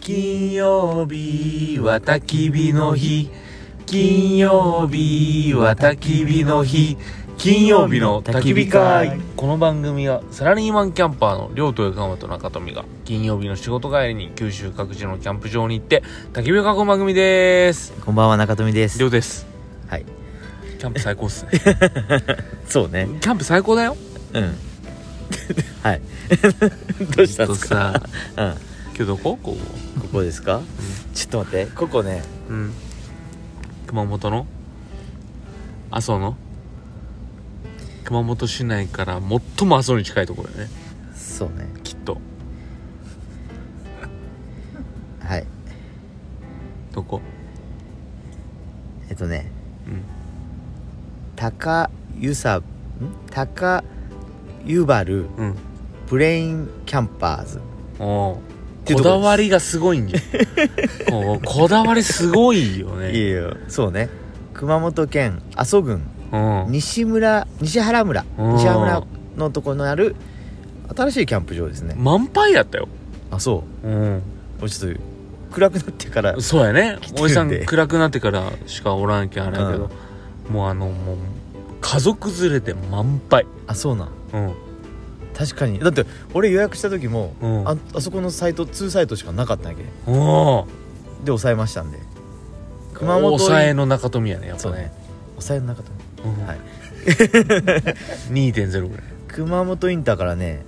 金曜日は焚き火の日金曜日は焚き火の日金曜日の焚き火会この番組はサラリーマンキャンパーの亮と横浜と中富が金曜日の仕事帰りに九州各地のキャンプ場に行って焚き火を囲む番組ですこんばんは中富です。亮ですはい。キャンプ最高っすね そうね。キャンプ最高だようん。 はい。 どうしたんですか。ずっうん。とさ今日どこここここですか。ちょっと待って。ここね。うん熊本の阿蘇の熊本市内から最も阿蘇に近いところだよねそうね。きっとはい。どこえっとね。うん高湯さん高湯原うんプレインキャンパーズ。おうていうことこですだわりがすごいんじ ゃんおうこだわりすごいよねいえよ。そうね。熊本県阿蘇郡うん西村西原村うん西原村のところにある新しいキャンプ場ですね。満杯だったよあそう。うんもうちょっと暗くなってからそうやね 来てるんでおじさん暗くなってからしかおらんきゃあれやけど、もうあのもう家族連れて満杯あそうなんうん確かにだって俺予約した時も、うんああそこのサイト2サイトしかなかったわけでおう抑えましたんで熊熊本本に抑えの中富やねやっぱそうねね抑えの中と思ううん はい2.0ぐらい熊本インターからね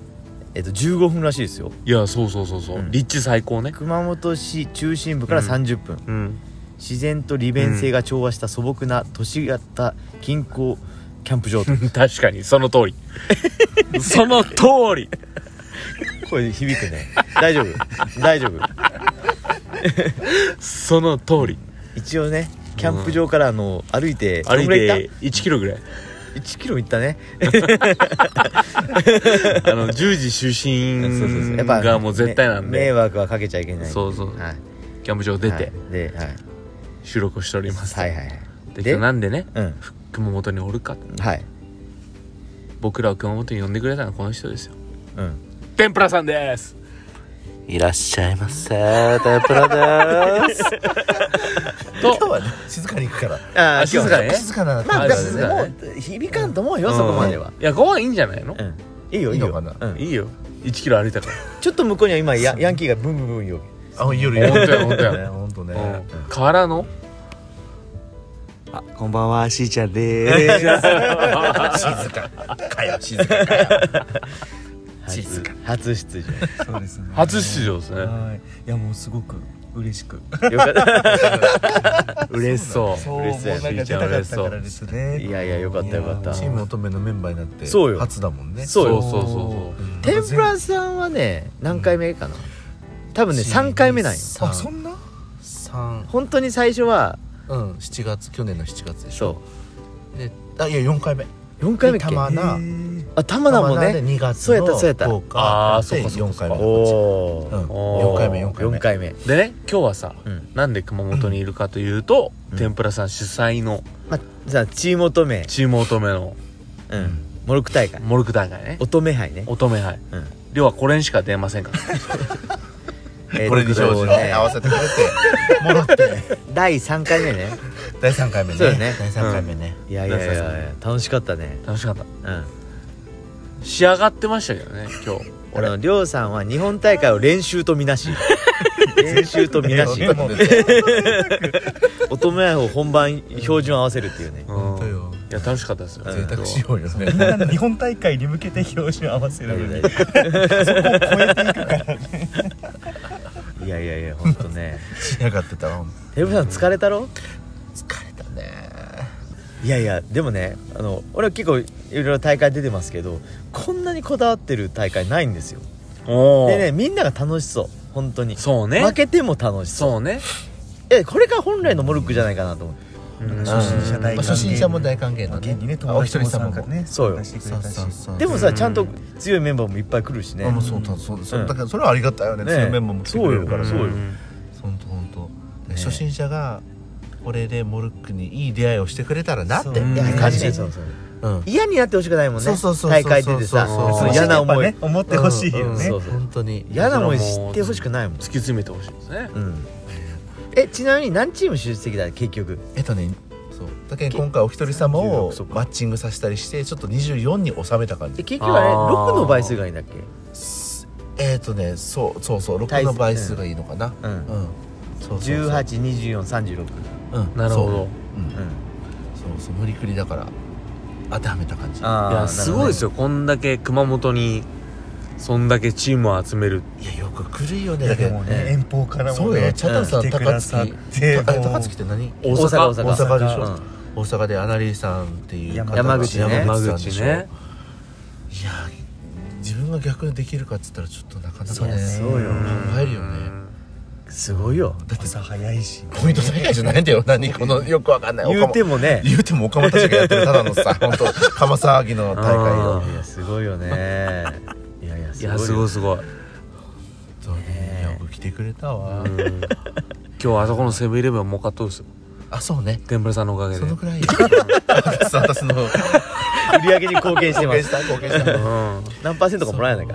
えっと15分らしいですよいやそうそうそうそう、うん立地最高ね熊本市中心部からうん30分、うん自然と利便性が調和した素朴な都市型近郊キャンプ場と 確かにその通 りその通りこれ響くね大丈夫大丈夫その通り一応ねキャンプ場からあの歩いてど歩んいぐら行って1キロぐらいた1キロ行ったねあの10時 そうそうそう就寝がもう絶対なん迷で惑はかけちゃいけないそうそうはい、キャンプ場出てはいで、はい、収録をしております、はいはいはいでで今日なんでねうん熊本におるかはい僕らを熊本に呼んでくれたのはこの人ですようん天ぷらさんですいらっしゃいませ天ぷらですと今日はね静かに行くから ああ静かね静かなまああで静かもだもう響かんと思うよ、そこまではうんいやここはいいんじゃないの、うんいいよいいよいいのかうんいいよ1キロ歩いたからちょっと向こうには今ヤヤンキーがブンブンブンよあ夜夜本当や本当やね本当ねうんからのあこんばんはしーちゃんです 静かかよ静かかよ静か初出場そうですね初出場ですねはいいやもうすごく嬉しくよ かった嬉しそうそう嬉しそうもうなんか出たかったからですねいやいやよかったよかったチーム乙女のメンバーになってそうよ初だもんねそうよそうそうそううん天ぷらさんはね何回目かな多分ね3回目なんよあそんな三本当に最初はうん7月去年の7月でしょそであいや4回目う4回目っけ玉名あ玉田も玉名でね2月そうやったそうやったの10日あーそっかそ4っかそっ回か目おうおん4おー回目4回目4回目でね今日はさ、うんなんで熊本にいるかというと、うん天ぷらさん主催のまあじゃあチーム乙女チーム乙女のうんモルク大会モルク大会ね乙女杯ね乙女杯うん量はこれにしか出ません からえーこれに照と準ねね合わせてくれてもら って第3回目ね 第3回目ねそうだね第3回目ねいやいやいやいや楽しかったね楽しかったうん仕上がってましたけどね今日あのりょうさんは日本大会を練習とみなし 練習とみなしでもね乙女杯を本番標準合わせるっていうねうん本当よいや楽しかったですよ、贅託しようよね日本大会に向けて表紙を合わせるのにいやいやいや本当ね仕上がってたわテブさん疲れたろ疲れたねいやいやでもねあの俺は結構いろいろ大会出てますけどこんなにこだわってる大会ないんですよおでーねみんなが楽しそう本当にそうね負けても楽しそうそうねえこれが本来のモルックじゃないかなと思ってうん初心者大まあ歓迎初心者も大歓迎のね現にねあお友一達人も様参加もねそうよ出してくそれうたしそうそうでもさ、うんちゃんと強いメンバーもいっぱい来るしねあもうそうたそうそううんだからそれはありがたいよねね強いメンバーも来てくれるからそうよん本当本当初心者がこれでモルックにいい出会いをしてくれたらなってそういやうん感感じじそうそううん嫌になってほしくないもんねそうそうそうそう大会出てさそうそうそうその嫌な思い、やっぱね思ってほしいようんね、そうそう本当に嫌な思いしてほしくないもん突き詰めてほしいですねうんえちなみに何チーム出席だ結局えっとねそうだけど今回お一人様を16そっかマッチングさせたりしてちょっと24に収めた感えじ結局あれあー6の倍数がいいんだっけえっ、とねそうそうそう対6すの倍数がいいのかなうんうんそうそうそう182436うんなるほどそう,、うん、うんそうそう無理くりだから当てはめた感じあーいやすごいですよよこんだけ熊本にそんだけチームを集めるいやよく来るよねだからもうねええ遠方からそもうよねチャタンさん、来てく高ださっ槻てたもう高槻って何大阪大阪大阪でしうょん大阪でアナリーさんっていう方が山口ね山さんで口しょねいや自分が逆にできるかっつったらちょっとなかなかねいやそうよ考えるよねすごいよだって朝早いしポイント大会じゃないんだよ何このよくわかんない言うてももね言うても岡本たちがやってるただの さ本当釜騒ぎの大会あをーいやすごいよねいやいやいやすごいすごいそうねよく来てくれたわうん今日あそこのセブンイレブンはもう買っとるっすよあそうね天ぷらさんのおかげでそのくらい 私私の売り上げに貢献してま貢献すした貢献したうん何パーセントかもらえないか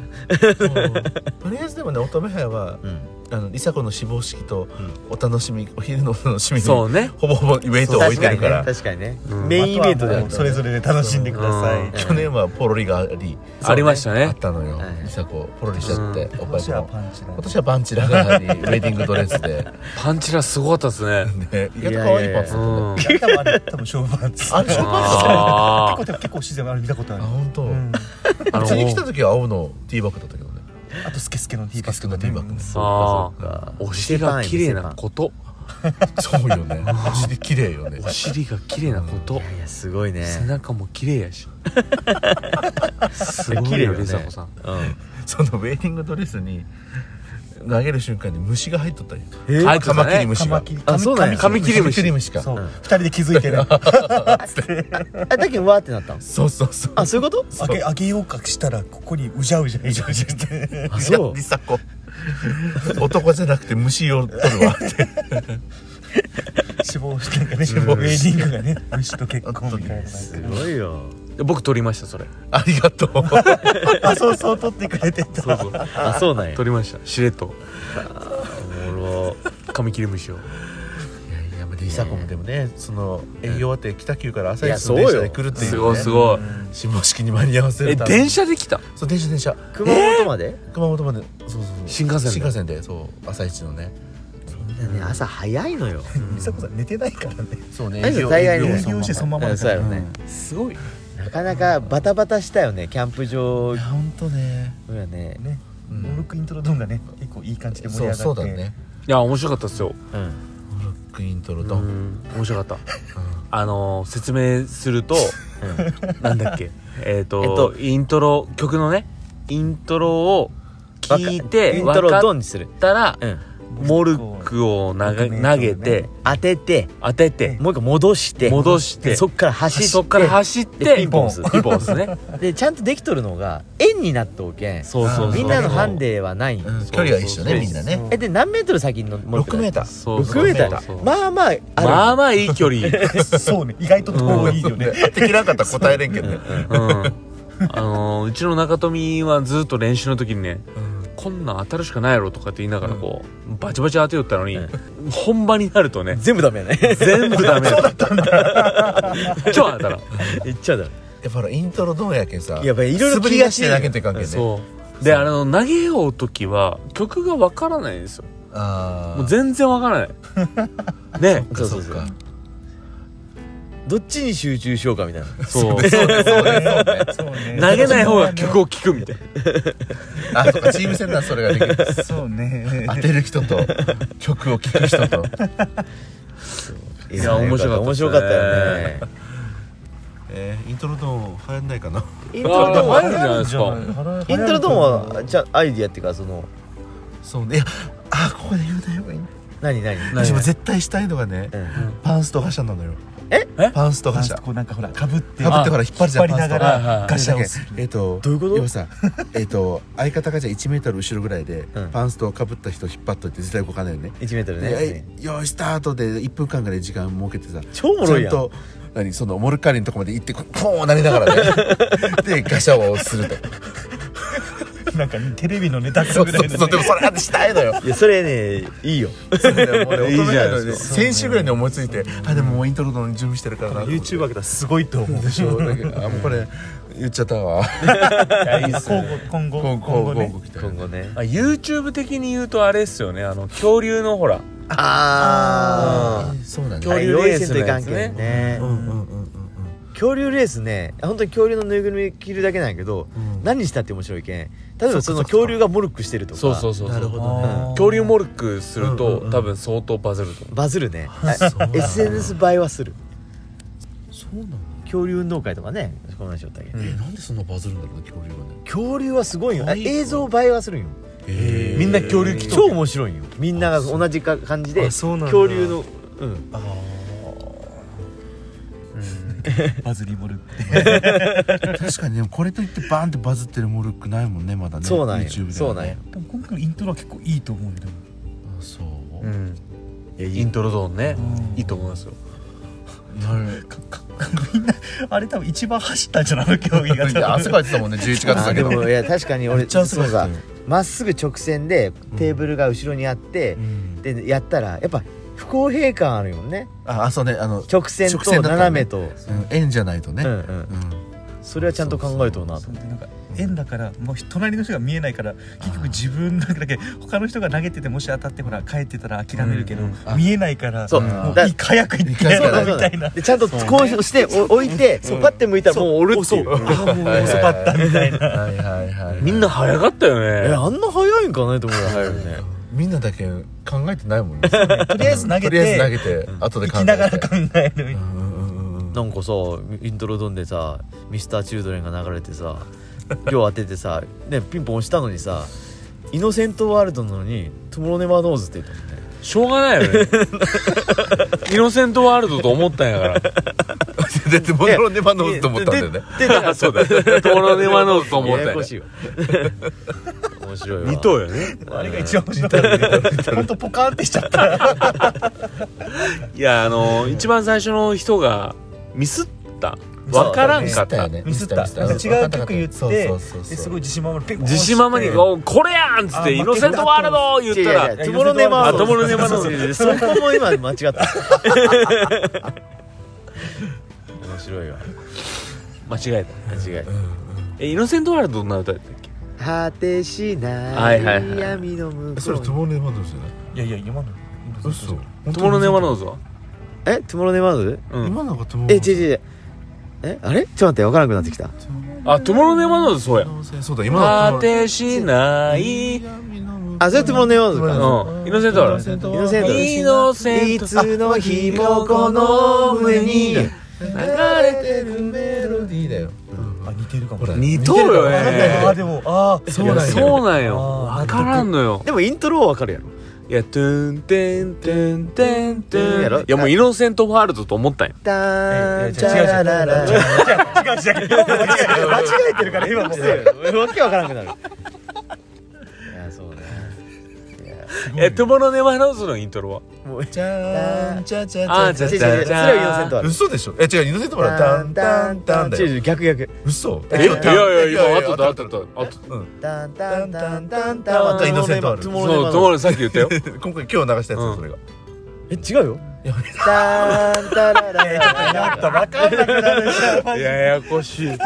とりあえずでもね乙女杯はうんあの梨紗子の死亡式とお楽しみお昼のお楽しみにそうねほぼほぼイベントを置い確かてるにねから確かにねうんメインイベントでああるとはもうそれぞれで楽しんでくださういん去年はポロリがありありましたあっねたのよはい梨紗子ポロリしちゃってお今母年ちはもパン チだ今年はバンチラが ありウェディングドレスでパンチラすごかったですねね意外と可愛いパンツうだったねん多分あれ多分ショーパンツあれショーあ結構でも結構自然あれ見たことあある本当。うんあうちに来たの時は青のティーバッグだったけどねあとスケスケのティーバッスクケスケのティーバッグねあそうかーお尻が綺麗なことそうよ ねマジで綺麗よねお尻が綺麗なこといやすごいね背中も綺麗やしすご綺い麗よよね梨紗子さんうんそのウェディングドレスに投げる瞬間に虫が入っとったよえはいカマキリ虫カマがキリあそうなんや髪切りカマキリ虫虫かそうそ二人で気づいてるあだけどわーってなったのうそうそうあそういうことあげあげようかしたらここにうじゃうじゃうじゃうじゃして あそうリサコ男じゃなくて虫を取るわ って死亡してなんかね死亡ウェディングがね虫と結婚みたいなすごいよで僕撮りましたそれありがとうあそうそう撮ってくれてたそうそうあそうなんや撮りましたしれっとおもろカミキリムシをいやいやまあリサコもでもねその営業終わって北九から朝い一やの電そう車よで来るっていうすねごいすごい死亡式に間に合わせえるために電車で来たそう電車電車熊本まで熊本までそうそうそう新幹線で新幹線でそう朝一のねね朝早いのよ美佐子さん寝てないからねそうね大丈夫大概ね営業してそのままうんだそうかやらろねすごいなかなかバタバタしたよねキャンプ場いやほんとねやねねうんモルックイントロドンがね結構いい感じで盛りそ上がうってそうだねいや面白かったですようんモルックイントロうドンん面白かったあのー説明するとなんだっ けえっえっととイントロ曲のねイントロを聞いイてントロ分をかドっンにするたらうんモルックを投げうん投げて当てて当ててもう一個戻して戻してそっから走ってそっから走っでてピンポン押すピンポン押すねでちゃんとできとるのが円になっとうけんそうそうそうみんなのハンデはないんようん距離は一緒ねそうそうそうみんなねえで何メートル先に乗って6メーターそう6メータそうそうーまあまあ あるまあまあいい距 離そうね意外と遠い よね当てきなかったら答えれんけどねうんあのーうちの中富はずっと練習の時にねこんなん当たるしかないやろとかって言いながらこう、バチバチ当てよったのに、本番になるとね全部ダメやね 全部 ダメだったんだ超当たらん言っちゃうだろやっぱほらイントロドンやけんさやっぱいろいろ素振り出して投げていかんけんねそうであの投げよう時は曲がわからないんですよあもうー全然わ からないねそうそうそうかどっちに集中しようかみたいなそうそうね投げない方が曲を聴くみたいなあそうかチーム戦ならそれができるそうね当てる人と曲を聴く人といや面白かった面白かったよねえーイントロドン流行んないかなイントロドンあー流行るんじゃないです流か行るんじゃないイントロドンはじゃあアイディアっていうかその そうねいやあーここで言うなよがいいな何何何私も絶対したいのがねうんパンストガシャンなのよええパウストパガンシスャこうなんかほらかぶ ってかぶってほらあ引っ張るじゃん引っ張りながパンスとはいはいはらいガシャをするえっとどういうこと要はさえっと相方がじゃあ1メートル後ろぐらいで、うんパンストをかぶった人を引っ張っといて絶対動かないよね1メートルでねえよーいスタートで1分間ぐらい時間設けてさ超おもろいやんちゃんと何そのモルカリのとこまで行ってこポーンなりながらねでガシャをするとなんかテレビのネタそかぐうそらういそのうでもねそれはしたいのよいやそれねいいよそうだよもうねいいじゃない大人なのにで先週ぐらいに思いついてあでももうイントロの準備してるからな YouTuber だったらすごいと思うでしょだけどあもうこれ言っちゃったわ今後今後今後今後ね今後来た今後ねあ YouTube 的に言うとあれっすよねあの恐竜のほらああーそうなんだ恐恐竜竜レレーーススのといやかつねんけんねうんうんうんうん恐竜レースね本当に恐竜のぬいぐるみ着るだけなんやけどうん何したって面白いけん例えばそのそっかそ恐っかそっか竜がモルックしてるとかそうそうそうなるほどねうん恐竜モルックすると、うんうんうん多分相当バズると思バズるね そうなんだ SNS 映えはするそうなの恐竜運動会とかねこんなんしよったけんう、えなんでそんなバズるんだろうね恐竜はね恐竜はすごいよ可あ愛いよ映像映えはするんよえみんな恐竜来と超面白いんよみんなが同じか感じであそうなんだ恐竜のうんあーバズりモルって確かにでもこれといってバーンってバズってるモルックないもんねまだねそうなんや YouTube でそうなんやでも今回のイントロは結構いいと思うんだよあそうう、うん、いやいイいントロゾーンね、うんいいと思いますよなるかかみんなあれ多分一番走ったんじゃないの競技がいや汗かいてたもんね11月あだけでどもいや確かにめ俺っちゃ汗そうかいてたさよまっすぐ直線でテーブルが後ろにあってう、んでやったらやっぱ不公平感あるよねああそうねあの、う直線と直線だったら斜めねと、ん、円じゃないとね、ううんうんんそれはちゃんと考えとうなとそうでなんか円だからもう隣の人が見えないから結局自分だけだけ他の人が投げててもし当たってほら帰ってたら諦めるけど、うんうん見えないからそうもうだいい早く行ってそうだみたいなでちゃんとこうしてお置いてそうパッて向いたらもうおるっていうあもう遅かったみたいなはいはいはいみんな早かったよえねあんな早いんかねと思うよ早いよねみんなだけ考えてないもんねとりあえず投げてとりあえず投げて、後で行き考えてながら考えるみたいなうんうんうんうんなんかさイントロドンでさミスターチルドレンが流れてさ量当ててさ、ね、ピンポン押したのにさイノセントワールドなのに「トゥモロネバーノーズ」って言ったもんねしょうがないよ ねイノセントワールドと思ったんやからだってモノロネバノーズと思ったんだよねでででそうだよ。トロネマノーズと思っやたやよこ。しいわ面白いわ二頭よね。あれが一番面白かった本当ポカーンってしちゃったいや、あの、一番最初の人がミスった。わからんかった。ミミスっスったたよなねんか違う曲言ってそうそうそうそうですごい自信満々にペン自信ままに、おこれやんっつって、あイノセントワールド言ったら違う違う、トゥモロネバーあ、トモノロネマーノズーズ。そこも今間違った面白いわ間違えた。間違いえ、イノセントワールドどんな歌やったっけ果てしなはいいはいはい闇の向こうにそれトゥモロネバノーズじゃないいやいや今の今の嘘トモロネマノーズはえトゥモロネバーノーズうん。今のがトゥモロえネ違う違う違うバノーズえあれちょっと待って分からなくなってきたあ、トモロネマノーズそうや。そうだ今のが果てしない。あそれトゥモロネバノーズかうん。イノセントワールイノセントド。イノセント。つの日流れてるメロディーだよあ似てるかもほら二頭よあね。でもあーそうなんよそうなんよ。あーわからんのよ。でもイントロは分かるやろいや、トゥンテンテンテンテン。やろいや、もうイノセントワールドと思ったんよ。ダーンいチやいや違う違うャラララ違う違う違う違う間違えてるから今もうわけ分からなくなるいやそうねえ、トゥモロネマノーズのイントロはもうじゃーんじゃじゃあーじじゃゃじ違う違う違うそゃれはイノセントある嘘でしょえ違うイノセントワールドはダンダンダンだ違うよ違う逆逆嘘え、いやいや、今、あとだ、あとだ、あとだ。うんダンダンダンダンあダンまたイノセントあるトゥそモう、ロネバトゥーモノーズロさっき言ったよ。今回今日流したやつうんそれがえ違うよダーンダラララやった分かんなくなるじゃんマジでややこしい。え、ト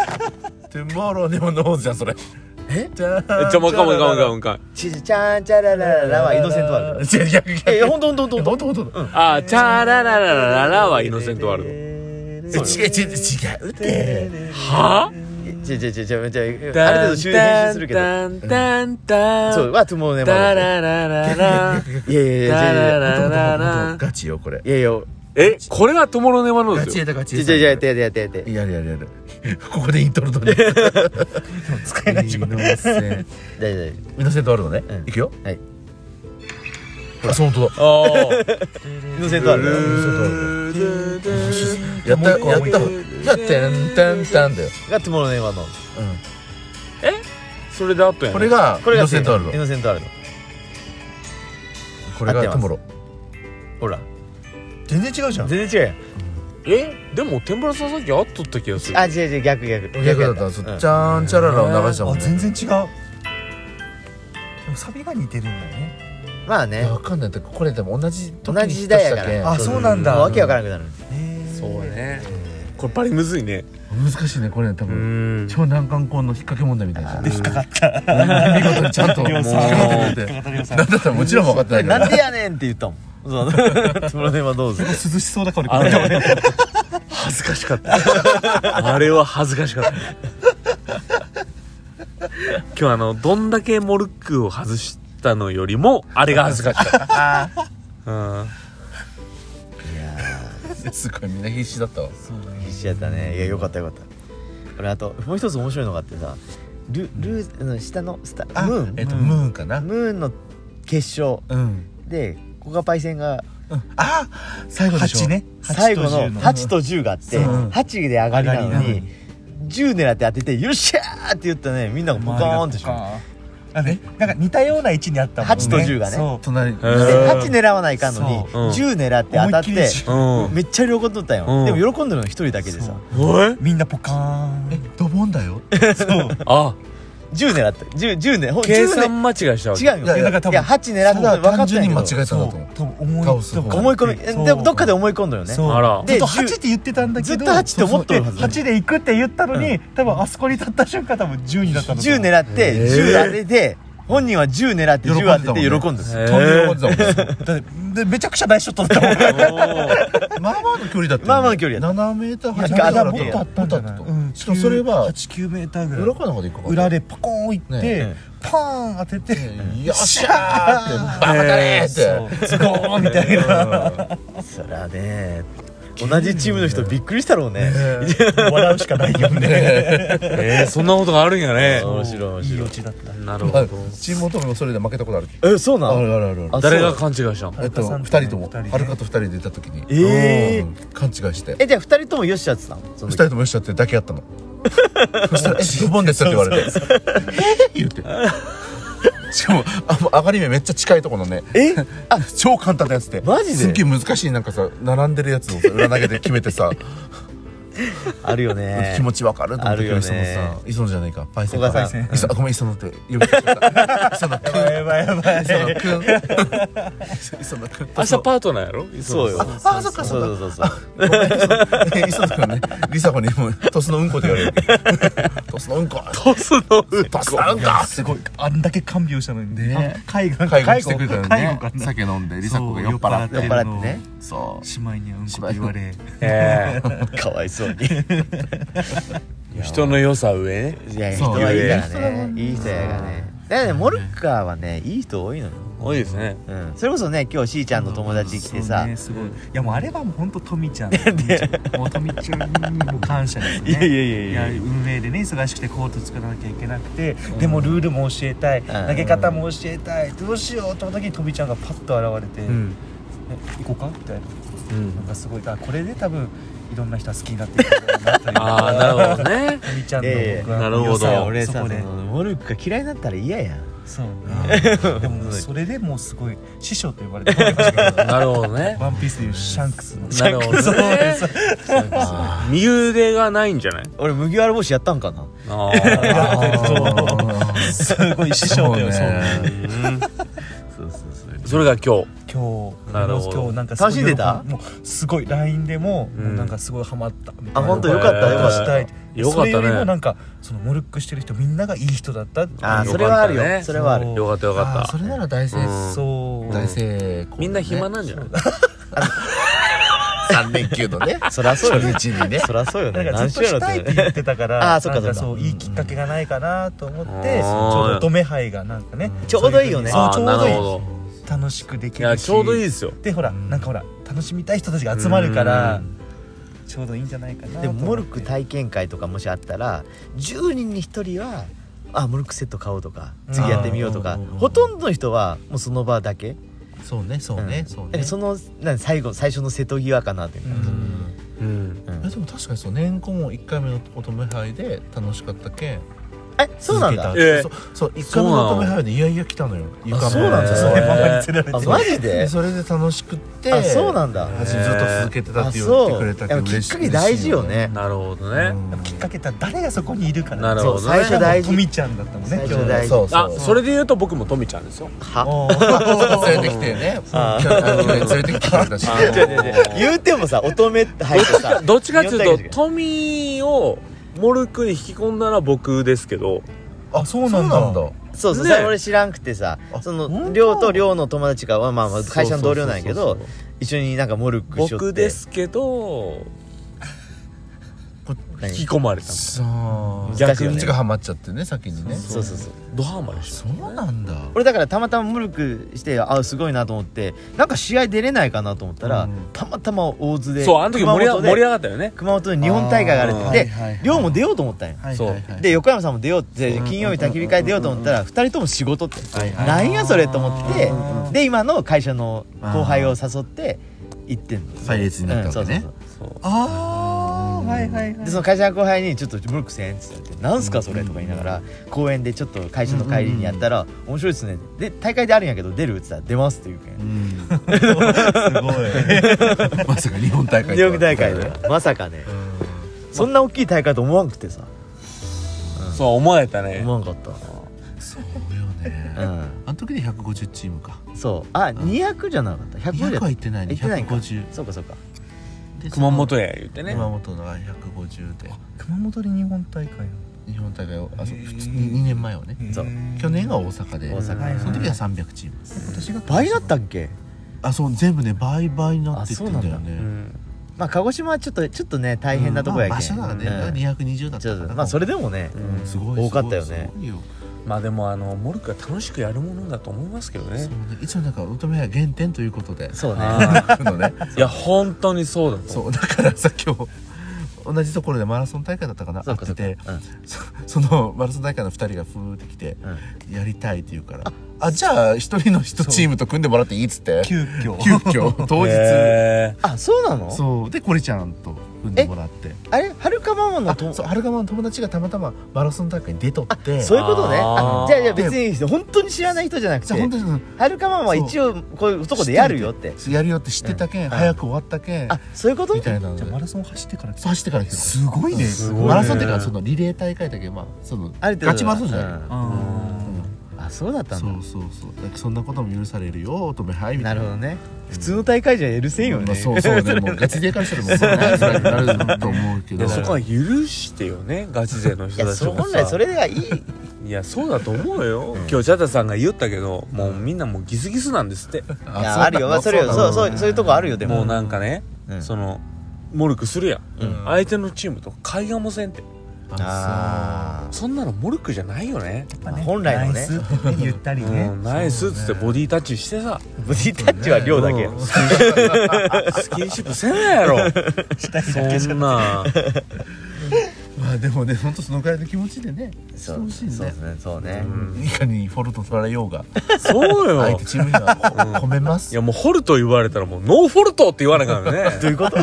ゥモローでもノーズじゃんそれえじゃちょ、もう一回、もう一回、もう一回、もう一回。うチチャンチャララララはイノセントワール一回違う逆ド。逆え、ほんとほんとほんと。本当本当だあー、チャララララララはイノセントワールル違う違う違うってド。はぁ違う違う違う違う。ある程度修編集するけど。ダンダンダン。そう、はトゥモロネダバーノラーラララ。ズ。いやいやいやいやいや。本当本当ガチよこれいやいや、え、これはトゥモロネマノーガズチよ。やだガチちょちょちょやってやってやってやって。やるやるやるここでイントロとね使えないしこれイノセン大丈夫大丈イノセントあるのねうんいくよはいほらそう本当だあー。夫。イノセントワールルド。ーやったもやう一個もったやう一個ったてんてんてんだよが「トゥモローネバーノーズそれであとやねこれが」これイがノセントアルドイノセントアルドこれがトゥモロほら全然違うじゃん全然違うやんえでも天ぷらさんさっきあっとった気がするあ違う違う逆逆ー逆だったんですうんチャーンチャララを流したもあんね全然違うでもサビが似てるんだよねまあいねやわかんないだってこれでも同じ時に同じ時代やからヒットしたけんあそうなんだもうわけわからなくなるそうねこれパリむずいね難しいねこれ多う分ん超難関校の引っ掛け問題みたいなで引っかかった見事にちゃんともう量引っ産掛けてくれてなんだったらもちろん分かってないからなんでやねんって言ったもんそうトゥモローネバーノーズ涼しそうだ顔であれ恥ずかしかったあれは恥ずかしかった今日あのどんだけモルックを外したのよりもあれが恥ずかしかった、うん、 すごいみんな必死だったわ必死やったねいやよかったよかった俺あともう一つ面白いのがあってさルルーうん下のスタムーン、えっとムーンかなムーンの決勝うんでこがパイセンがあ最後でしょ8ね最後の八8とと10があってそう8で上がりなの上がりなのに10狙って当てて「よっしゃー!」って言ったねみんながポカーンってしまなんかなんか似たような位置にあったもんね八と十がねそう隣にえうー8狙わないかんのにそううん10狙って当たっ思いてっきりうんめっちゃ喜んどったんうんよでも喜んでるの1人だけでそさうえみんなポカーンえドボンだよそうあ10狙って10 10狙ほん計10算間違いしたわけ狙違ういやだから多よ分いや8狙ってただ分かっ単て純ないにけ間ど違えたんだとそう思多分思い倒す方思い込みえそうでもどっかで思い込んだよねそうあらずっとで10 8って言ってたんだけどずっと8って思ってるはずそう8で行くって言ったのに、多分あそこに立った瞬間多分10になったんだと10思う狙ってえー10当てて本人は10狙って10当てて喜んでるへう飛んでるもんだもんだってでめちゃくちゃ大ショットだったもん まあまあの距離だったよねまあまあの距離や7メーター8メーいやタだーからもっとあったんだとうんしかもそれは89メーターぐらい裏かなんかで行くか裏でパコーン行って、ねえパーン当てて、よっしゃーってバカだねーってそうズゴーンみたいなそりゃね同じチームの人びっくりしたろうね笑うしかない よねえーそんなことがあるんや ね面白い面いい白オいチだったなる まほあどチーム男もそれで負けたことあるえそうなあのるあるあるあるあ誰がそう勘違いしたのえっとはるかさ2ん人ととね二人ねもはるかと2人でいた時にええうん勘違いしてえじゃあ2人ともよしやってたのその時2人ともよっしゃってだけあったのそしたら「えドボンです」って言われて「え言ってしかもあもう上がり目めっちゃ近いところのねえ超簡単なやつでマジですっげえ難しいなんかさ並んでるやつをさ裏投げで決めてさあるよね気持ちわかると思ってあるよね磯野さ磯野じゃないかパイセン古賀かさん磯あごめん磯野って呼び出しちゃった磯野くんやばいやばい磯野くん磯野くん 明日パートナーやろそうよああそっかそそっかうそうそうそ うごめん磯野磯野くんね梨紗子にもう「トスのうんこ」って言われるトスのうんこトスのトスのうんこすごいあんだけ看病したのにねあ介護介護してくれたの介護ねかな酒飲んで梨紗子が酔っ払って酔っ払ってねそ姉妹にはうんこって言われ えかわいそうにえ人の良さ上ねいやいや人そうはいいからいい人だもんねいい人やからねだからねモルッカーはねいい人多いのよ多いですねうんそれこそね今日しーちゃんの友達来てそうさねすごいいやもうあれはもう本当とみちゃんとみちゃんもうとみちゃんにも感謝ですねいやいやいやいやいや運営でね忙しくてコート作らなきゃいけなくて、でもルールも教えたい、投げ方も教えたいどうしようって時にとみちゃんがパッと現れて、うんね行こうかみたいなうんなんかすごいだからこれで多分いろんな人が好きになっていくんだろうなというああなるほどねとみちゃんのいやいや僕はなるほど良そさうを俺そさこそでのモルッカー嫌いになったら嫌やんそうねでもそれでもうすごい師匠と呼ばれてる なるほどねワンピースでいうシャンクスのなるほどね右腕がないんじゃない俺麦わら帽子やったんかなああすごい師匠だよ、そうそうそうそうそれが今日今日なるほど今日なんかすごい楽しんでたもうすごい LINE でも、うんなんかすごいハマったみたいなあ本当よかったよよかしったいよかったねそれよりもなんかそのモルックしてる人みんながいい人だったってあーよそれはあるよよかったねそれはあるそうよかったよかあっそれなら大成うんそう大成功たみんな暇なんじゃない3連休のね そりゃそうよね初日にねそりゃそうよなねんか何ずしっとろしったいってねて言ってたからあーそっかそっかなんそういいきっかけがないかなと思って、うんちょうど乙女杯がなんかねちょうどいいよねそうあちーょうなどいるいほど楽しくでいきるやしちょうどいいですよでほらなんかほら楽しみたい人たちが集まるからちょうどいいんじゃないかなでとも思ってモルック体験会とかもしあったら10人に1人はあモルックセット買おうとか次やってみようとかうんほとんどの人はもうその場だけそうねそううんねそうなんねかそのなんか最後最初の瀬戸際かなといううかんうんうんいやでも確かにそう年間も1回目の乙女杯で楽しかったけんえそうなんだ続けたええそうそう1回目の乙女杯でいやいや来たのよ床もそうなんだそそうれママに連れられてあマジででそれで楽しくってあそうなんだずっと続けてたあって言ってそくうれたけどやっぱき嬉っしいかけ大事よねなるほど嬉しいねよ、うんきっかけた誰がそこにいるかならるそほうどね最初大事トミちゃんだったもんね最初今日大事そうそうあそれで言うと僕もトミちゃんですよはおー連れてきてねあの連れてきてくれたし 言うてもさ乙女って入ってさどっちかっていう日本大会とトミをモルックに引き込んだのは僕ですけどあそうなんだそうそうねそれ俺知らんくてさその寮と寮の友達がまあまあまあ会社の同僚なんやけそうどそうそう一緒になんかモルックしよって僕ですけど引き何込まれたそうそう難しいそよっねちがハマっちゃってね先にねそうそうそうドハマりしそうなんだ俺だからたまたまムルクしてあすごいなと思ってなんか試合出れないかなと思ったら、うんたまたま大津たでそうあの時盛り上が盛りで上がったよね熊本で日本大会があるってあーで、はいはいはい寮も出ようと思ったんよ、はいそうはいはいで横山さんも出ようってうん金曜日焚き火会出ようと思ったら2人とも仕事ってはいはいなんやそれと思ってうんで今の会社の後輩を誘って行ってんのパイレーツになったわけねうんそうそうああはいはいそはういでその会社の後輩に「ちょっとムルクせん」っつって言って「なんすかそれ」とか言いながら公園でちょっと会社の帰りにやったら「面白いっすね」で大会であるんやけど出るっつったら「出ます」って言うけん すごいまさか日本大会ニューヨーク大会でまさかねそんな大きい大会と思わんくてさそう思われたね思わんかったそうよねうんあの時で150チームかそうあ200じゃなかった100じゃ200は行ってないね行ってないか150そうかそうかで熊本や言ってね熊本の150で熊本で日本大会日本大会をあそうへー2年前はねそう去年が大阪で大阪はいはいその時は300チーム今年が倍だったっけあそう全部ね倍々になってってんだあよそうねうんまあ鹿児島はちょっとちょっとね大変なとこやまあ場け所んがねうん220だっちたょかっらとまあそれでもねうんすごい多かったよねすごいよまあでもあのモルックは楽しくやるものだと思いますけどそうねね一応なんか乙女は原点ということでそうねあ僕のねーいや本当にそうだと思うそうだからさ今日同じところでマラソン大会だったかなそうかそ会っうかててうんそそ のマラソン大会の2人がふーって来てうん「やりたい」って言うから「あじゃあ一人の人チームと組んでもらっていい」っつって急遽急遽当日へあそうなのそうでこれちゃんと組んでもらってあれはるかママのあとそうはるかまの友達がたまたまマラソン大会に出とってそういうことねあーあじゃあじゃあ別に本当に知らない人じゃなくじゃあ本て当にうんはるかママは一応こういうとこでやるよってそうやるよって知ってたけん、ん早く終わったけんあそういうことみたいなのじでゃあマラソン走ってからそう走ってから来たすごいねすごいねマラソンっていうかそのリレー大会だけどまあそのある程度ガチマラソンじゃない、うんうんあそうだったんそだうそうそうだからそんなことも許されるよ乙女はいみたないるなほどね普通の大会じゃ許せんよまあねそうそうね もうガチ勢からしたらもうそんなやつらになると思うけーでどそこは許してよねガチ勢のい人やたちそも本来そされがいいいやそうだと思うよ今日ジャタさんが言ったけどもうみんなもうギスギスなんですっていやあるよそれよそうそうそういうとこあるよでももうなんかねうんそのモルクするやんうん相手のチームと会話もせんってああそんなのモルクじゃないよねまあ本来のねナイスってねゆったりうねんナイスっつってボディタッチしてさーボディタッチは量だけようんスキンシップスキンシップせんやろしたいだけしそかんなーまあでもね本当そのぐらいの気持ちでねしてそうほしいそうでねすねそうねうんいかにフォルト取られようがそう相よ手チームには褒めまいすやもうホルト言われたらもうノーフォルトって言わなきゃねどういうこと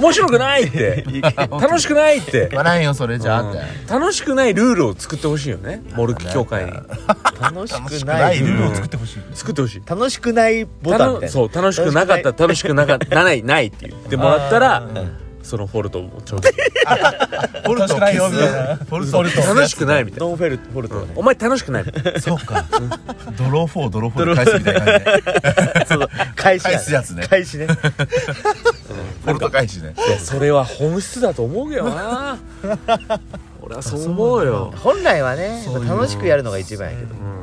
面白くないって楽しくないって笑えんよそれじゃあってうん楽しくないルールを作ってほしいよねモルック協会に楽し楽くしくなないいルールをうん作ってほしい作ってほしい楽しくないボタンみたいなそう楽しくなかった楽しくなかったないないって言ってもらったらそのフォルトをちょうどフォルトを消すフォルトを消す楽しくないみたいノンフェルフォルトなは うんねお前楽しくないみたいなそうか。ドローフォー、ドローフォーで返すみたいな感じで。そう返し返すやつね返しねフォルト返しね。いやそれは本質だと思うけどな俺はそう思うよ本来はねそういう楽しくやるのが一番やけどうん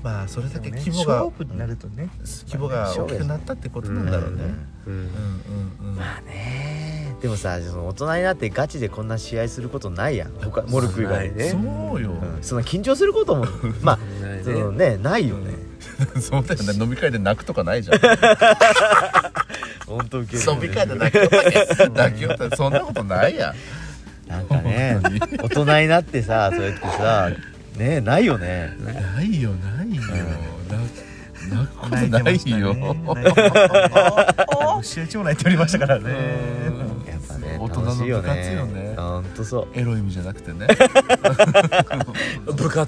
まあ、それだけね規模が勝、負になるとね規模が大きくなったってことなんだろうね。うんうんうんうん。ねえでもさその大人になってガチでこんな試合することないやん他モルク以外ないねそうよ。そんな緊張すること もまあないねそのねないよね そうだよね。飲み会で泣くとかないじゃん。本当受け飲み会で泣きよったけん 泣きよったけんそんなことないやん。なんかね大人になってさそうやってさねえないよねないよ、ないよ。泣く泣くこと泣いてなましたいねよ。泣いてましたね試合長内取りましたからねやっぱね大人の楽しいよ部活よねねほんとそう エロい意味じゃなくてね部活大人の部活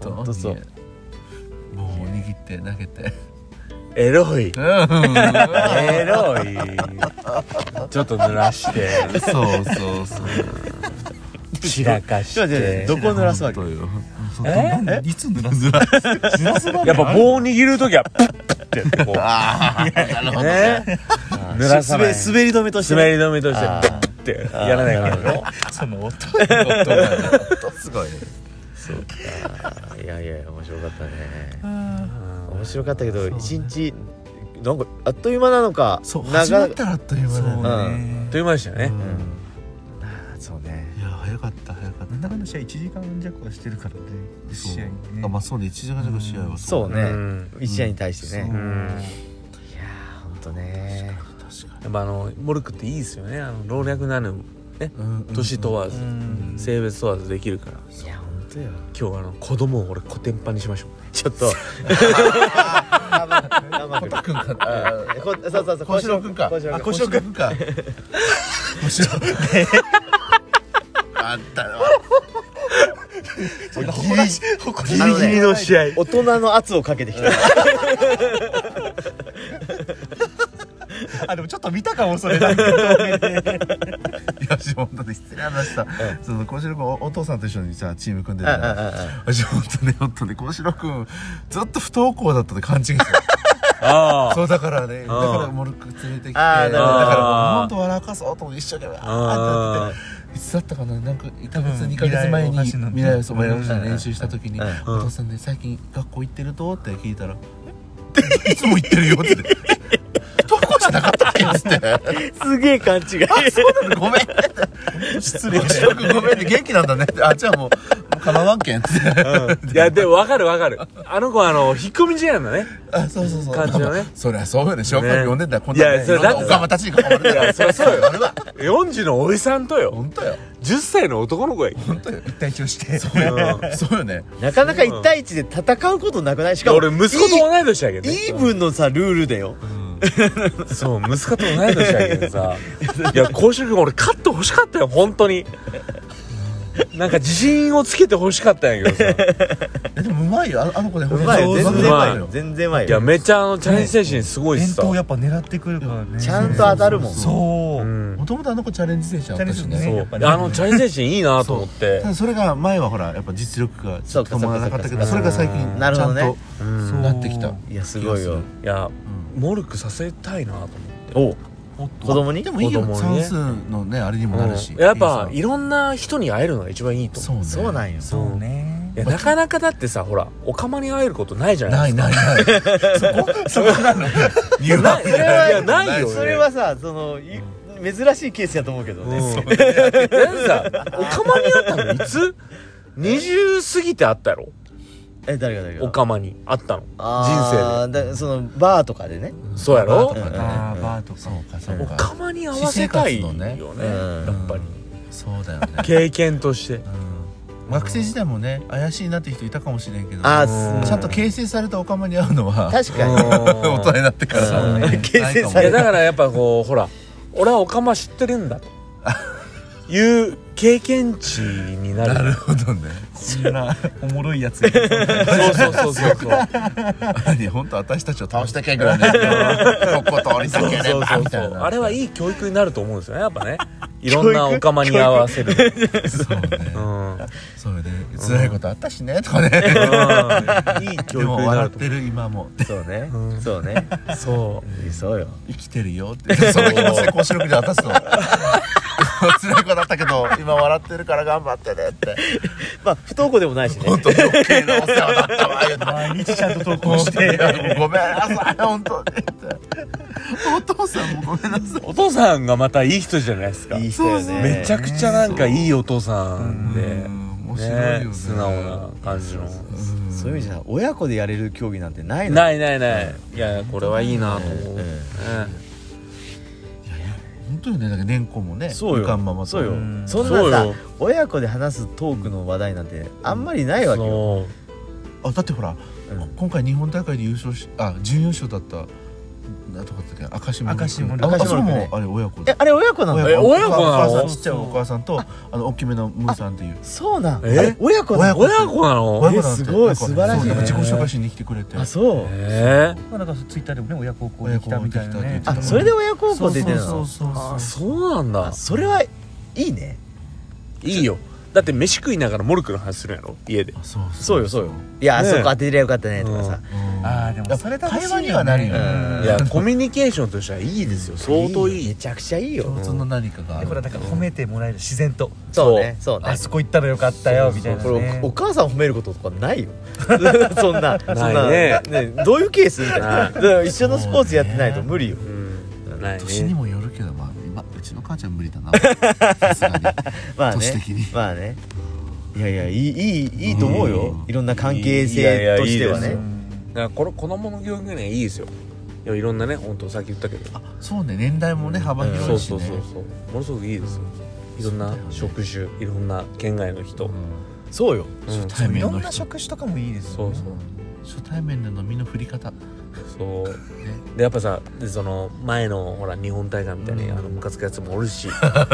ほ本んとそう棒を握って投げてエロいエロいちょっと濡らしてそうそうそう散らかしちょっと待っててどこ濡らすわけ本当よそうなんいつ濡らすらやっぱ棒を握る時はプップッてこう ね濡らさないすべ滑り止めとして滑ねり止めとしてプップッてやらないからねその音音すごいねいやいや面白かったね面白かったけど一日なんかあっという間なのかそう長始まったらあっという間だよねうと言いましたねうんあーそうねいや早かった早かっなんだかんだ試合1時間弱はしてるからねた試合にそうあねまあそうね1時間弱試合はそううねん一試合に対してうねうんいやーほんとね確かやっぱあのモルクっていいですよねあの老若男女ねにうんうん年問わずうん性別問わずできるからいやほんとよ今日あの子供を俺コテンパンにしましょうちょっと生首くんかあーこそうそうそう小四郎くんか小四郎あ君小四郎くんか小四郎ねあんたはギリあのねの試合大人の圧をかけてきたあでもちょっと見たかもそ れなんかいや、私本当に失礼な話さ、その幸四郎君おお父さんと一緒にさチーム組んでるかあら、ああ私本当に本当に幸四郎君ずっと不登校だったって勘違いしてた。 あ そうだからね、だあーからモルック連れてきて、あだかーなるほどら本当笑かそうと思って一生懸命あーってやってて、いつだったかななんか1ヶ月うん2ヶ月前未来におかしの未来をそうおかしの練習した時にうん「お父さんね最近学校行ってると?」って聞いたら「えいつも行ってるよ」って言って「不登校じゃなかったっけ?」っつって。あすげえ勘違いごめん。失礼。白くごめんね。元気なんだね。あ、じゃあもう、もうかなわんけんって。いやでも分かる分かるあの子はあの引っ込み思案なんだねあ、そうそうそう。感じのね まあそりゃそうよね。小学ね校呼んでんだよ。こんなねいやいそれろんなだっておさかまたちに囲まれていやる。そりゃそうよ あれは。 40のおじさんとよ本当よ。 10歳の男の子や本当よ。一体表してそうよ。そうよね。なかなか1対1で戦うことなくないしかも俺息子と同い年やけどイねーブンのさルールだよそう息子と同い年やけどさいや甲子園君俺勝ってほしかったよ本当になんか自信をつけてほしかったんやけどさえでもうまいよ。ああの子ね、ううまいよそう全そう然うまいよよ。全然うまいいやよめっちゃあのチャレンジ精神すごいし伝さ、統やっぱ狙ってくるからねちゃんと当たるもんそううんもともとあの子チャレンジ精神あったしチャレンジ精神ね。そやうっぱねあのチャレンジ精神いいなと思ってただそれが前はほらやっぱ実力がちょっと伴わなかったけどそそうれかがそうかそう最か近ちなゃるんほどねとうんそうなってきたいやすごいよいやうモルクさせたいなと思っておうおっ子供にんでもいいよ子供に算ね数のねあれにもなるしうんやっぱいいいろんな人に会えるのが一番いいとそ思うねそうなんようそうねういやなかなかだってさほらおかまに会えることないじゃなないいですかないないそこそこなの入ない学それはいやないよそれはさそのい珍しいケースやと思うけどねうんだってさおかまに会ったのいつ20過ぎて会ったやろえ誰が誰がおかまに会ったのあ人ーだそのバーとかでね生でそうやろうんあーバーとかそうかそうおかかまに合わせたいよね私生活ねやっぱりそうだよね経験と してうん学生時代もね怪しいなって人いたかもしれんけどちあゃーすんと形成されたおかまに会うのは確かに 大人になってからそうね形成さいやれだからやっぱこうほら俺はオカマ知ってるん だという経験値にななるるほどねこんなおもろいやつがそうそうそうそうそう何本当私たちを倒したけんぐら いのここ通りそう過ぎれそうばそうみそたいうなあれはいい教育になると思うんですよねやっぱ ねいろんなオカマに合わせるそうね うんそうね辛いことあったしねとかねいい教育でもにな笑っるとてる今もそうねうんそうねそそうよ生きてるよってその気持ちでこう四六時渡す の辛い子だったけど今笑ってるから頑張ってねってまあ不登校でもないしね本当に余計なお世話だったわよって毎日ちゃんと投稿本し当にてごめんなさい本当にってお父さんもごめんなさい うお父さんがまたいい人じゃないですかいい人よねめちゃくちゃなんかいいお父さんで面白いよねね素直な感じのそういう意味じゃ親子でやれる競技なんてないのないないないいやこれはいいなと思うええね本当にねなんか年功もねそうよみかんママとそうよんそそんうなさよ親子で話すトークの話題なんてあんまりないわけよそあだってほら、うん今回日本大会で優勝しあ準優勝だったなんとかってね赤島赤島あ赤あ島そねこもあれ親子えであれ親子なのえ親子なのお母さんちっちゃいお母さんとあの大きめのムーさんっていうそうなんえあれ親子なの親子なの親子なんてすごいなんか素晴らしいねそうなんか自己紹介しに来てくれてあそうええまあ、なんかツイッターでもね親孝行できたみたいな親ね孝行できたって言ってたあそれで親孝行出てるそのうそうそうそうあそうなんだあそれはいいねいいよだって飯食いながらモルクの話するやろ家でそうそうよそうよいやあねえそこ当てりゃよかったねとかさうんあーでもそれ楽しいよね会話にはなるよねうんいやコミュニケーションとしてはいいですよ相当いよいめちゃくちゃいいよ共通の何かがあでるほらなんか褒めてもらえる自然とそうねそうねあそこ行ったらよかったよみたいなこれねおお母さん褒めることとかない よそんな そんないね ねどういうケースみたいなはだから一緒のスポーツやってないと無理ようんない年にねもよるけどまあ今うちの母ちゃん無理だなさすがにまあね年的にまあねいやいやいいいいいいと思うようんいろんな関係いやい性やとしてはねいいですよだからこの子供の教育にはいいですよいやいろんなね本当さっき言ったけどそうね年代もね幅そ広ういしそうねそうそうものすごくいいですよいろんな職種いろんな県外の人そうようん対い面ろのんな人職種とかもいいですそようねそう初対面での身の振り方そうでやっぱさでその前のほら日本大会みたいにあのムカつくやつもおるし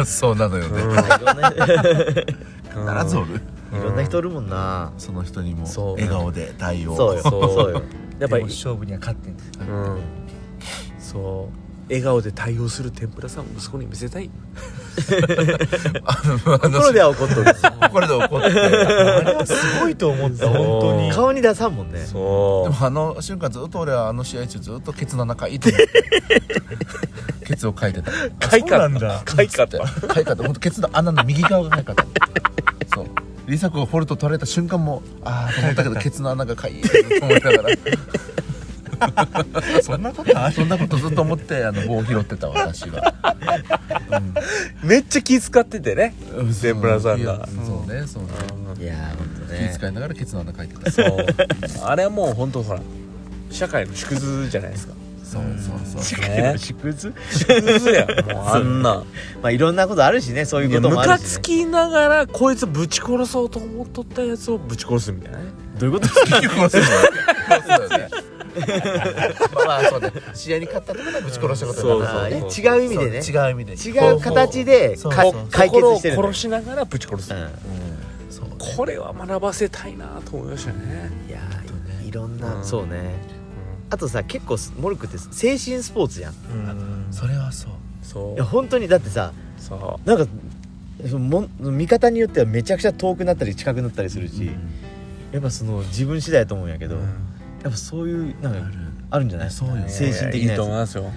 そうなのようん 必ずおるいろんな人おるもんなその人にもそう笑顔で対応 そうよそうそうよやっぱでりも勝負には勝ってんだうんそう笑顔で対応する天ぷらさんを息子に見せたいところでは怒っとるこれで怒ってあれはすごいと思った本当に顔に出さんもんねそでもあの瞬間ずっと俺はあの試合中ずっとケツの中いいと思ってケツをかいてたかいかそうなんだかいかったかいかったほんとケツの穴の右側がかいかったそうリサ子がフォルト取られた瞬間もああと思ったけどケツの穴がかいって思いながら そんなことあるそんなことずっと思ってあの棒を拾ってた私はめっちゃ気使っててね天ぷらさんいやがそうねそうねいやーほんと気ね遣いながらケツの穴かいてたそうあれはもう本当ほら社会の縮図じゃないですかそうそうそうね縮図縮図やもうあんなまあいろんなことあるしねそういうことムもあカるしつねきながらこいつぶち殺そうと思っとったやつをぶち殺すみたいなねどういうこと結局忘れてたそうだよねまあそうね試合に勝ったところでぶち殺したことになそうるそうあー違う意味でねそう違う意味で違う形でそうかそうそう解決してる心んを殺しながらぶち殺す、だよそうねこれは学ばせたいなと思いましたねうんいやーいろんうなんそうねあとさ結構すモルクって精神スポーツやんいそれはそうそや本当にだってさうそなんかそのも見方によってはめちゃくちゃ遠くなったり近くなったりするし、やっぱその自分次第だと思うんやけど、う、やっぱそういうなんあかるあるんじゃないそうよ精神的いなやついと思いますよだ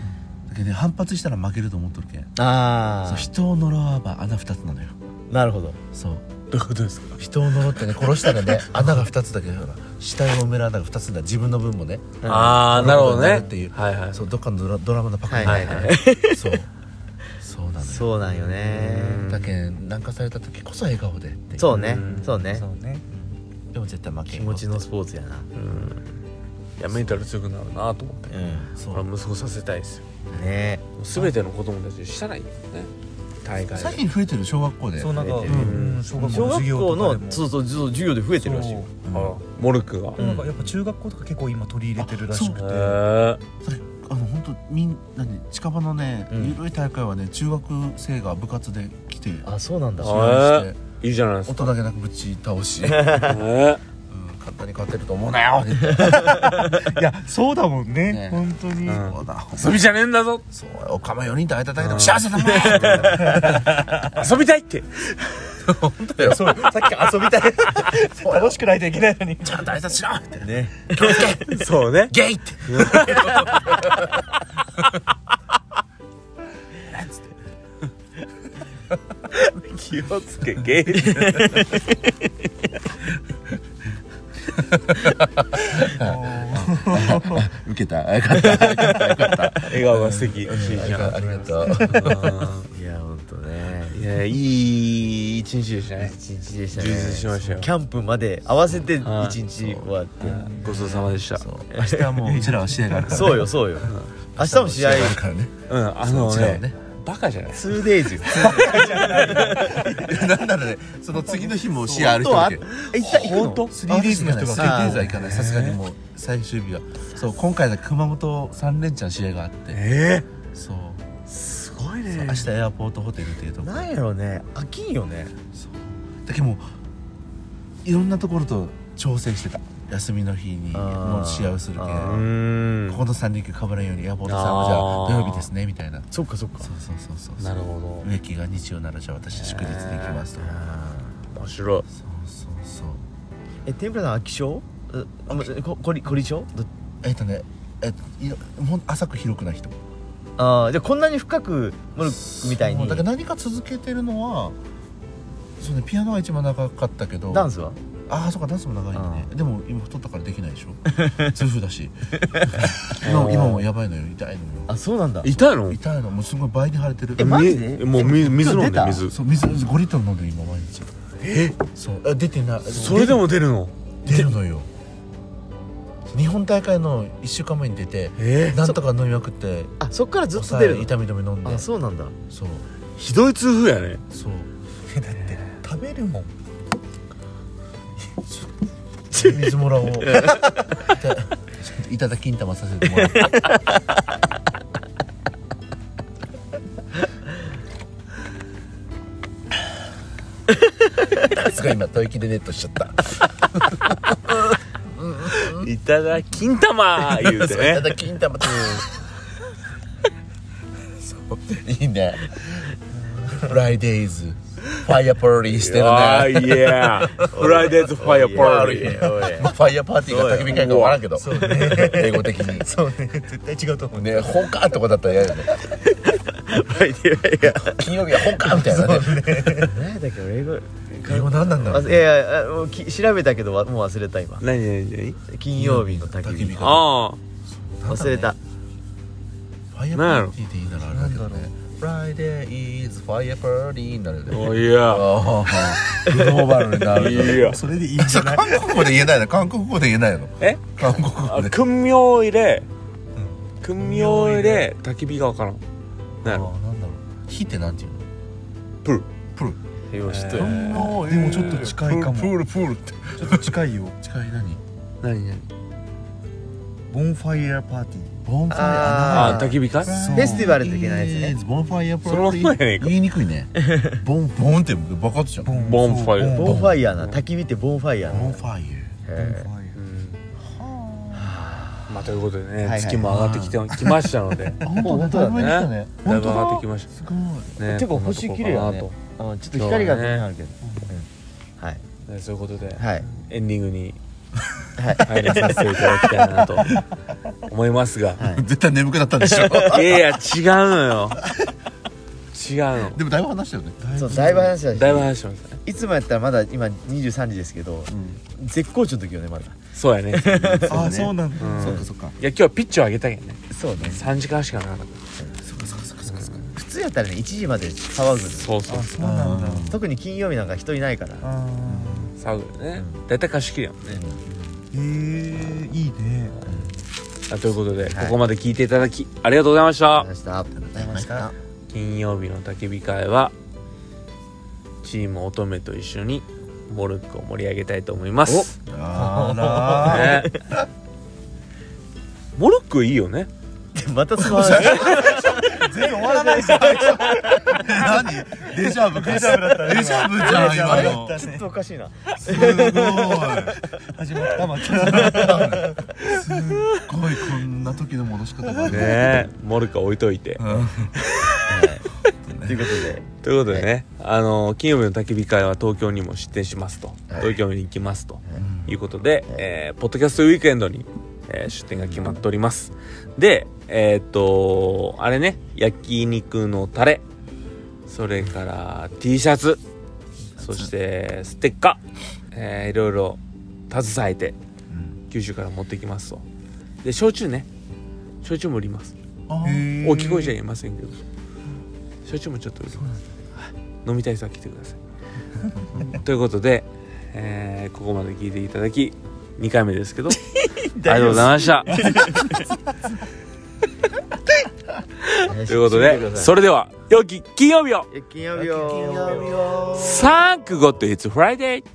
けどね反発したら負けると思っとるけんそあう人を呪わば穴二つなのよあなるほどそうどういうことですか人を呪ってね殺したらね 穴が二つだけだから死体を埋める穴が二つだ自分の分もねああなるほどねっていうはいはいそうどっかのドラドラマのパクリみたいなはいそうそうなのよそうなんよねだけんなんかされた時こそ笑顔でっていうそうねうんそうねそうねでも絶対負けんよ気持ちのスポーツやなうんいやメンタル強くなるなと思ってうんそこれうは息子させたいですよねもう全ての子供たちにしたらいいよね大会で最近増えてる小学校でそうなんか、ううんん、小学校小の授学業校とかでのもそうそうそう授業で増えてるらしいよそうあらモルクがんなんかやっぱ中学校とか結構今取り入れてるらしくへえて、それあの本当みんなに近場のねうん緩い大会はね中学生が部活で来てあそうなんだあ試合していいじゃないですか音だけなくぶち倒し、うん、ね簡単に勝てると思うなよいやそうだもんねね本当に、うんそうだ遊びじゃねえんだぞそうおかま4人と会えただけでも幸せだな遊びたいってそうさっき遊びたい楽しくないといけないのにちゃんと挨拶しろってねそうねゲイって気をつけゲイ受けたよかったよかったよかった笑顔が素敵いいじゃんありがとういやほんとねいやいい一日でしたね一日でしたね充実しましたよキャンプまで合わせて一はい日終わってごちそうさまでした明日はもううちらは試合があるからそうよそうよ明日も試合からねうんあうのちらはねねバカじゃない 2days なんならねその次の日も試合ある人本当はもいる一体行くの 3days の人が決定あは行かないさすがにもう最終日はそう今回だけ熊本3連チャン試合があってえそうすごいそうね明日エアポートホテルっていうとこなんやろね飽きんよねだけどもういろんなところと調整してた休みの日にあーもう試合をするけんこあうーんこの3連休かぶらんようにエアポートさんはじゃあーあ土曜日ですねみたいなそっかそっかそうそうそうそうなるほど植木が日曜ならじゃあ私祝日で行きますとか面白いそうそうそうえ天ぷらの飽き性うあまここりこり性どえっとねえっといろほん浅く広くない人ああじゃあこんなに深くモルックみたいそうにだから何か続けてるのはそうねピアノが一番長かったけどダンスはああそうかダンスも長いよねでも今太ったからできないでしょ 痛風だし今今もやばいのよ痛いのよあそうなんだ痛いの痛いのもうすごい倍に腫れてるえマジでみもうみ水飲んで今日出た水そう水5リットル飲んでる今毎日えそうあ出てないそれでも出るの出るのよ日本大会の1週間前に出てえなんとか飲みまくってあそっからずっと出る抑えの痛み止め飲んであそそうなんだうひどい痛風やねそう食べるもん水もらお ういたいただきん玉させてもらってすごい今吐息でネットしちゃったいただきん玉言うて そういたねだきん玉ってそういいねフライデイズファイアパーティーしてるああねいやフライデー ズファイアパーティーまあファイアパーティーが焚き火会かわからんけど、英語的にそうね絶対違うと思うねホカーってことだったら嫌よね金曜日はホカーみたいなね何やったっけ俺英語英語何なんだろあういねやいやあもうき調べたけどわもう忘れた今何何何金曜日の焚き焚き火火かああ忘れたファイアパーティーって言いながらあれだけどねフライデーイズファイアパーティーになるよねいやああグローバルになるよねいや それでいいんじゃない韓国語で言えないの韓国語で言えないのえ韓国語で訓明入れ訓明入れ焚き火がわからんあなあるなんだろう火ってなんていうのプールプールえー知っとるプールでもちょっと近いかもプールプールプールってちょっと近いよ近い何何何ボンファイアパーティーボンファイアああ焚き火かフェスティバル的なやつねボンファイアパーティーそのまんまやねんか言いにくい ねボンボンって爆発じゃんボンボンファイアボンファイヤーな焚き火ってボンファイヤーなファイへーまあということでいはねい月も上がってきてきましたの でア本当だだいぶね来たねだいぶ本当上がっだてきましたすごいねこんなてかとこ星綺麗やねかなうんちょっと光が気になるけどうんはいとねそういうことではいエンディングにはい入らさせていただきたいなと思いますがはい絶対眠くなったんでしょいやいや違うのよ違うのでもだいぶ話したよねそうだいぶ話だだいぶし話してますねいつもやったらまだ今23時ですけど絶好調の時よねまだそうやねああそうなんだ、うんそっかそっかいや今日はピッチを上げたけんねそうね3時間しかなかった普通やったらね1時まで騒ぐのそうそうあそうなんだ特に金曜日なんか人いないからあ騒ぐよね大体貸し切りやもんねーへえいいねあということでここまで聞いていただきありがとうございました話したありがとうございました金曜日の焚き火会はチーム乙女と一緒にモルックを盛り上げたいと思います、あ ね、モルックいいよねでまたそ の話全然終わらないじゃんら何デジャブかデジャブだったデジャブじゃん今のちょっとおかしいなすごい始まったまたすっごいこんな時の戻し方があるねモルックは置いといてうん ということ でということでね、あの金曜日の焚き火会は東京にも出店しますと、東京に行きますと、いうことで、えーポッドキャストウィークエンドに、えー出店が決まっております、でえーっとあれね焼肉のタレそれから T シャツそしてステッカー、えーいろいろ携えて九州から持ってきますとで焼酎ね焼酎も売ります大きい声じゃ言えませんけど焼酎もちょっと売ります、はい飲みたい人は来てください ということで、えーここまで聞いていただき2回目ですけどありがとうございましたということで、それでは、良き金曜日を金曜日よ。 !Thank God it's Friday!